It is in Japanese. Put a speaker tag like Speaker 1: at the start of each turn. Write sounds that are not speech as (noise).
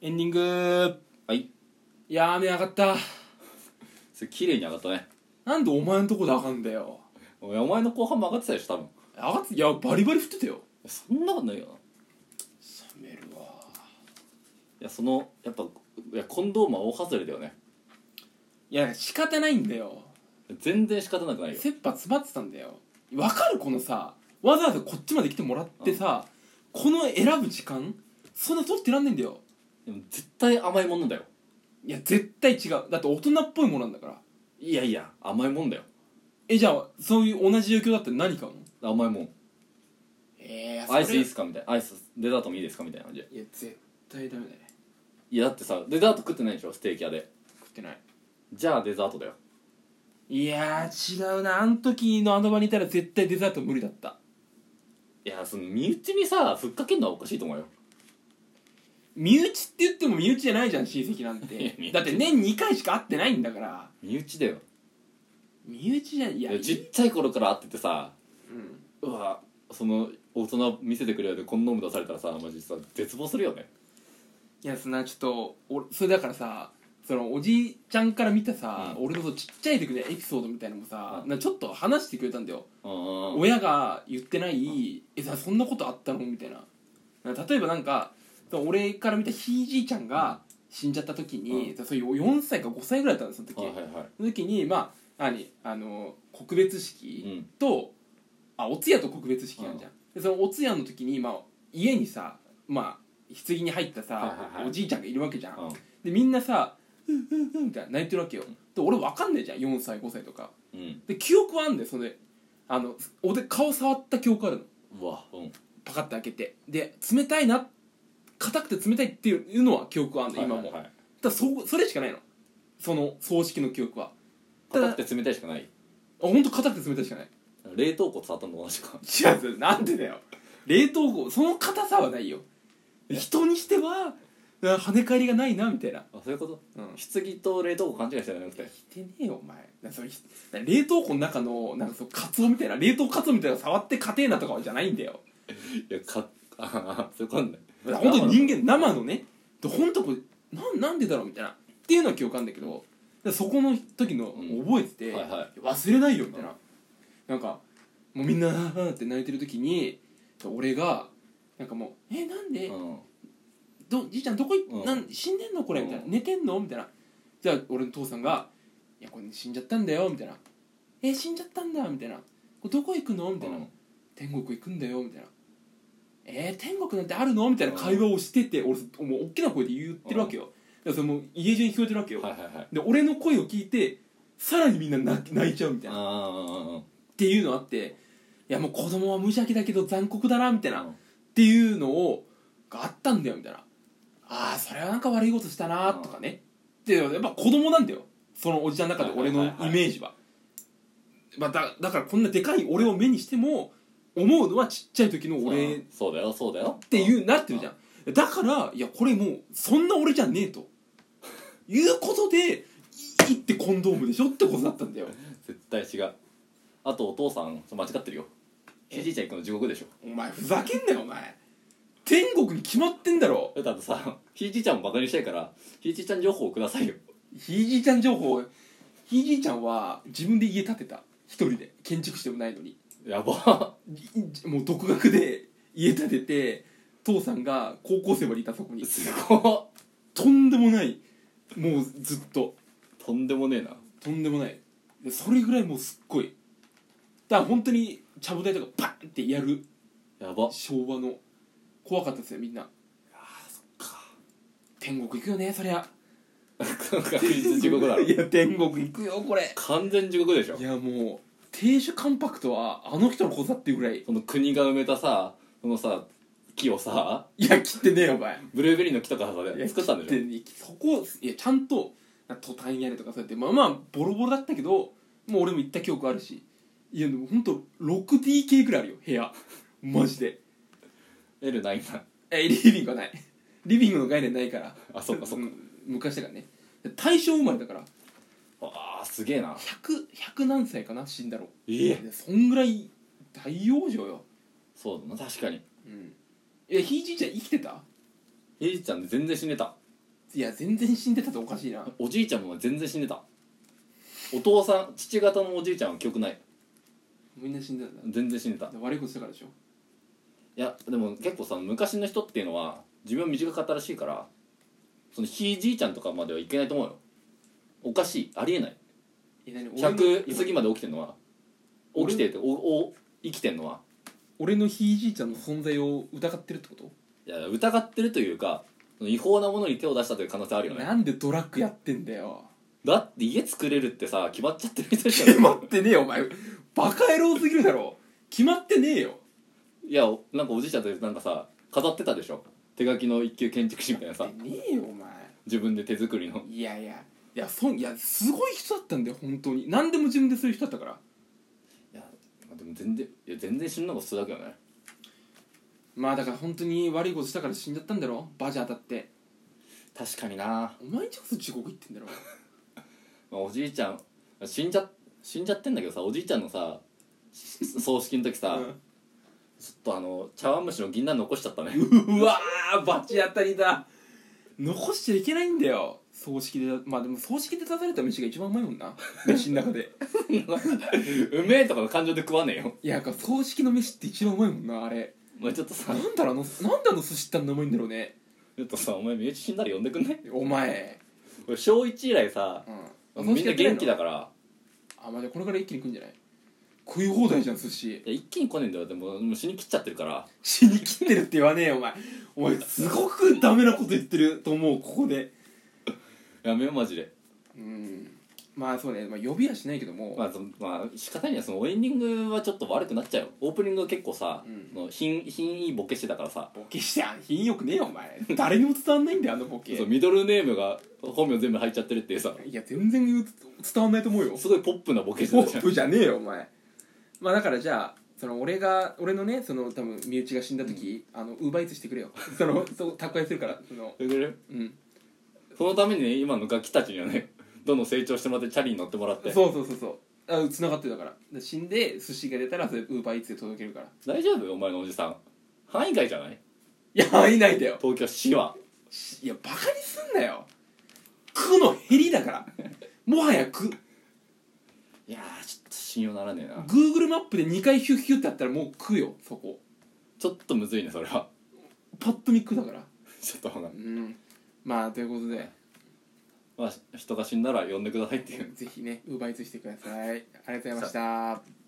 Speaker 1: エンディング
Speaker 2: はい
Speaker 1: いやー雨上がった
Speaker 2: それ綺麗に上がったね
Speaker 1: なんでお前のとこで上がんだよ
Speaker 2: お前お前の後半も上がってたでしょ多分
Speaker 1: 上がっていやバリバリ降ってたよ
Speaker 2: そんなことないよない
Speaker 1: 冷めるわ
Speaker 2: やそのやっぱいやコンドームは大外れだよね
Speaker 1: いや仕方ないんだよ
Speaker 2: 全然仕方なくないよ
Speaker 1: 切羽詰まってたんだよわかるこのさわざわざこっちまで来てもらってさ、この選ぶ時間そんな取ってらんないんだよ
Speaker 2: でも絶対甘いものだよ
Speaker 1: いや絶対違うだって大人っぽいものなんだから
Speaker 2: いやいや甘いもんだよ
Speaker 1: えじゃあそういう同じ状況だったら何買うの
Speaker 2: 甘いもん
Speaker 1: え
Speaker 2: アイスいいっすかみたいなアイスデザートもいいですかみたいな感じで
Speaker 1: いや絶対ダメだね
Speaker 2: いやだってさデザート食ってないでしょステーキ屋で
Speaker 1: 食ってない
Speaker 2: じゃあデザートだよ
Speaker 1: いやー違うなあの時のあの場にいたら絶対デザート無理だった
Speaker 2: いやその身内にさふっかけんのはおかしいと思うよ
Speaker 1: 身内って言っても身内じゃないじゃん親戚なん
Speaker 2: いや身
Speaker 1: て
Speaker 2: 内
Speaker 1: だって年2回しか会ってないんだから
Speaker 2: 身内だよ
Speaker 1: 身内じゃいや
Speaker 2: いやちっちゃい頃から会っててさ
Speaker 1: うん
Speaker 2: うわその大人見せてくれよでコンドーム出されたらさマジさ絶望するよね
Speaker 1: いやそんなちょっとおそれだからさそのおじいちゃんから見たさ、
Speaker 2: うん
Speaker 1: 俺のそうちっちゃい時のエピソードみたいのもさ、
Speaker 2: うん
Speaker 1: なんかちょっと話してくれたんだよ、
Speaker 2: うん
Speaker 1: 親が言ってない「えさそんなことあったの?」みたいななんか例えばなんかその俺から見たひいじいちゃんが死んじゃった時に、そういう4歳か5歳ぐらいだったんですその
Speaker 2: はい
Speaker 1: 時、
Speaker 2: はいはい
Speaker 1: その時にまあ何あの告別式、
Speaker 2: うん
Speaker 1: とあお通夜と告別式なんじゃん、でそのお通夜の時に、まあ、家にさまあ棺に入ったさ、
Speaker 2: はいはいはい
Speaker 1: おじいちゃんがいるわけじゃん、
Speaker 2: うん
Speaker 1: でみんなさ「うんうんうん」みたいな泣いてるわけよで俺わかんないじゃん4歳5歳とか
Speaker 2: うん
Speaker 1: で記憶はあんだよそれあのおで顔触った記憶あるの
Speaker 2: うわうん
Speaker 1: パカッて開けてで冷たいな硬くて冷たいっていうのは記憶はあんだよ、今も、
Speaker 2: はいはいはい
Speaker 1: ただそそれしかないのその葬式の記憶はただ
Speaker 2: 硬くて冷たいしかない
Speaker 1: あ本当硬くて冷たいしかない
Speaker 2: 冷凍庫触ったのと同じか
Speaker 1: 違うそれなんでだよ冷凍庫その硬さはないよ人にしてはあ跳ね返りがないなみたいな
Speaker 2: あそういうこと
Speaker 1: うん
Speaker 2: 棺と冷凍庫勘違いしてなくて
Speaker 1: してねえよお前なそれひ冷凍庫の中のなんかそうカツオみたいな冷凍カツオみたいなの触って硬えなとかじゃないんだよ
Speaker 2: いやかあそういうことね
Speaker 1: だから本当に人間生のねで本当これなんなんでだろうみたいなっていうのは記憶あるんだけどだからそこの時の
Speaker 2: うん
Speaker 1: 覚えてて、
Speaker 2: はいはい
Speaker 1: 忘れないよみたいな、なんかもうみんなあーあーって泣いてる時に俺がなんかもう「えなんで、
Speaker 2: うん
Speaker 1: どじいちゃんどこい、
Speaker 2: うん
Speaker 1: なん死んでんのこれ」みたいな「
Speaker 2: うん
Speaker 1: 寝てんの?」みたいなじゃあ俺の父さんが「いやこれ死んじゃったんだよ」みたいな「え死んじゃったんだ」みたいな「これどこ行くの?」みたいな、
Speaker 2: うん
Speaker 1: 天国行くんだよ」みたいな「えー、天国なんてあるの?」みたいな会話をしてて、俺もう大きな声で言ってるわけよ、だからそれもう家中に聞こえてるわけよ、
Speaker 2: はいはいはい
Speaker 1: で俺の声を聞いてさらにみんな泣泣いちゃうみたいな、っ
Speaker 2: あ
Speaker 1: ていうのあっていやもう子供は無邪気だけど残酷だなみたいな、
Speaker 2: あ
Speaker 1: っていうのをがあったんだよみたいなああそれはなんか悪いことしたなとかねでやっぱ子供なんだよそのおじちゃんの中で俺の
Speaker 2: は
Speaker 1: イ
Speaker 2: いはいはいはい
Speaker 1: メージは,、まあ、だだからこんなでかい俺を目にしても思うのはちっちゃい時の俺っ
Speaker 2: そうだよそうだよ
Speaker 1: て
Speaker 2: う
Speaker 1: いうなってるじゃんだからいやこれもうそんな俺じゃねえということで「いい」ってコンドームでしょってことだったんだよ
Speaker 2: 絶対違うあとお父さん間違ってるよ
Speaker 1: え
Speaker 2: ひいじいちゃん行くの地獄でしょ
Speaker 1: お前ふざけんなよお前天国に決まってんだろ
Speaker 2: だってあとさひいじいちゃんもバカにしたいからひいじいちゃん情報をくださいよ
Speaker 1: ひいじいちゃん情報ひいじいちゃんは自分で家建てた一人で建築士でもないのに
Speaker 2: やば
Speaker 1: いもう独学で家建てて父さんが高校生までいたそこに
Speaker 2: すご
Speaker 1: とんでもないもうずっと
Speaker 2: っとんでもねえな
Speaker 1: とんでもないでそれぐらいもうすっごいだから本当にちゃぶ台とかパンってやる
Speaker 2: やば
Speaker 1: 昭和の怖かったですよみんな天国行くよねそりゃ
Speaker 2: 確実地獄だ
Speaker 1: (laughs)
Speaker 2: ろ
Speaker 1: いや天国行くよこれ
Speaker 2: 完全地獄でしょ
Speaker 1: いやもう亭主関白とはあの人のことだっていうぐらい
Speaker 2: その国が埋めたさそのさ木をさ
Speaker 1: いや切ってねえよお前
Speaker 2: ブルーベリーの木とかさ作ったんでしょ
Speaker 1: しょそこいやちゃんとなトタン屋根とかそうやってまあまあボロボロだったけどもう俺も行った記憶あるしいやでもほんと 6DK ぐらいあるよ部屋マジで
Speaker 2: L ないな
Speaker 1: えリビングはないリビングの概念ないから
Speaker 2: あそっかそっか
Speaker 1: うん昔だからね大正生まれだから
Speaker 2: あーすげえな
Speaker 1: 100 100何歳かな死んだろ
Speaker 2: ええ
Speaker 1: いやそんぐらい大養生よ
Speaker 2: そうだな確かに
Speaker 1: うんえひいじいちゃん生きてた
Speaker 2: ひいじいちゃん全然死んでた
Speaker 1: いや全然死んでたっておかしいな
Speaker 2: おじいちゃんも全然死んでたお父さん父方のおじいちゃんは記憶ない
Speaker 1: みんな死んでたんだ
Speaker 2: 全然死んでたい
Speaker 1: 悪いことしたからでしょ
Speaker 2: やでも結構さ昔の人っていうのは寿命短かったらしいからそのひいじいちゃんとかまではいけないと思うよおかしいありえない
Speaker 1: え何俺の
Speaker 2: 100過ぎまで起きてんのは起きてておお生きてんのは
Speaker 1: 俺のひいじいちゃんの存在を疑ってるってこと
Speaker 2: いや疑ってるというかその違法なものに手を出したという可能性あるよね
Speaker 1: なんでドラッグやってんだよ
Speaker 2: だって家作れるってさ決まっちゃってるみたいじゃん (laughs)
Speaker 1: 決まってねえよお前バカ野郎すぎるだろ決まってねえよ
Speaker 2: いやおなんかおじいちゃんとなんかさ飾ってたでしょ手書きの一級建築士みたいなさ
Speaker 1: ねえよお前
Speaker 2: 自分で手作りの
Speaker 1: いやいやいやそんいやすごい人だったんだよ本当に何でも自分でする人だったから
Speaker 2: いやでも全然いや全然死ぬのが普通だけどね
Speaker 1: まあだから本当に悪いことしたから死んじゃったんだろバジ当たって
Speaker 2: 確かにな、ま
Speaker 1: お前んちこそ地獄行ってんだろ
Speaker 2: あ、おじいちゃん死んじゃ死んじゃってんだけどさおじいちゃんのさし葬式の時さ、ちょっとあの茶碗蒸しの銀杏残しちゃったね
Speaker 1: うんうわーバチ当たりだ残しちゃいけないんだよ葬式でまあでも葬式で出された飯が一番うまいもんな飯の中で
Speaker 2: うめえとかの感情で食わねえよ、
Speaker 1: いやなんか葬式の飯って一番うまいもんなあれ
Speaker 2: まあ、ちょっとさ
Speaker 1: なんだろうあのなんであの寿司ってあんなうまいんだろうね
Speaker 2: ちょっとさお前身内死んだら呼んでくんね
Speaker 1: お前
Speaker 2: 俺小1以来さ
Speaker 1: うん
Speaker 2: みんな元気だ
Speaker 1: か
Speaker 2: から
Speaker 1: らあまあじゃあこれから一気に食うんじゃない食い放題じゃん寿司
Speaker 2: いや一気に来ねえんだよでももう死にきっちゃってるから
Speaker 1: 死にきってるって言わねえよお前お前すごくダメなこと言ってると思うここで
Speaker 2: やめようマジで
Speaker 1: うんまあそうね、まあ、呼びはしないけども、
Speaker 2: まあ、そまあ仕方ないねそのエンディングはちょっと悪くなっちゃうよオープニングは結構さ、
Speaker 1: うん
Speaker 2: その品品いいボケしてたからさ
Speaker 1: ボケしてあん品よくねえよお前誰にも伝わんないんだよあのボケ
Speaker 2: そうミドルネームが本名全部入っちゃってるっていうさ
Speaker 1: いや全然言う伝わんないと思うよ
Speaker 2: すごいポップなボケして
Speaker 1: ポ
Speaker 2: たじゃ
Speaker 1: ッ
Speaker 2: ん
Speaker 1: プじゃねえよお前まあだからじゃあその俺が俺のねその多分身内が死んだ時、あのウーバーイーツしてくれよ (laughs) そのそう宅配するからその
Speaker 2: それでね
Speaker 1: うん
Speaker 2: そのためにね今のガキたちにはねどんどん成長してもらってチャリに乗ってもらって
Speaker 1: そうそうそうそうあ繋がってるだからで死んで寿司が出たらそれウーバーイーツで届けるからい
Speaker 2: 大丈夫よお前のおじさん範囲外じゃない
Speaker 1: やいないんだよ
Speaker 2: 東京市はい
Speaker 1: やバカにすんなよ「く」の減りだ (laughs) からもはや「く」
Speaker 2: いやーちょっと信用ならねえな
Speaker 1: Google マップで2回ヒュッヒュッってやったらもう「く」よそこ
Speaker 2: ちょっとむずいねそれは (laughs)
Speaker 1: パッと見「く」だから
Speaker 2: ちょっとほら
Speaker 1: うんまあということ (laughs) で
Speaker 2: まあ人が死んだら呼んでくださいっていう
Speaker 1: ぜひね奪いつしてくださいありがとうございました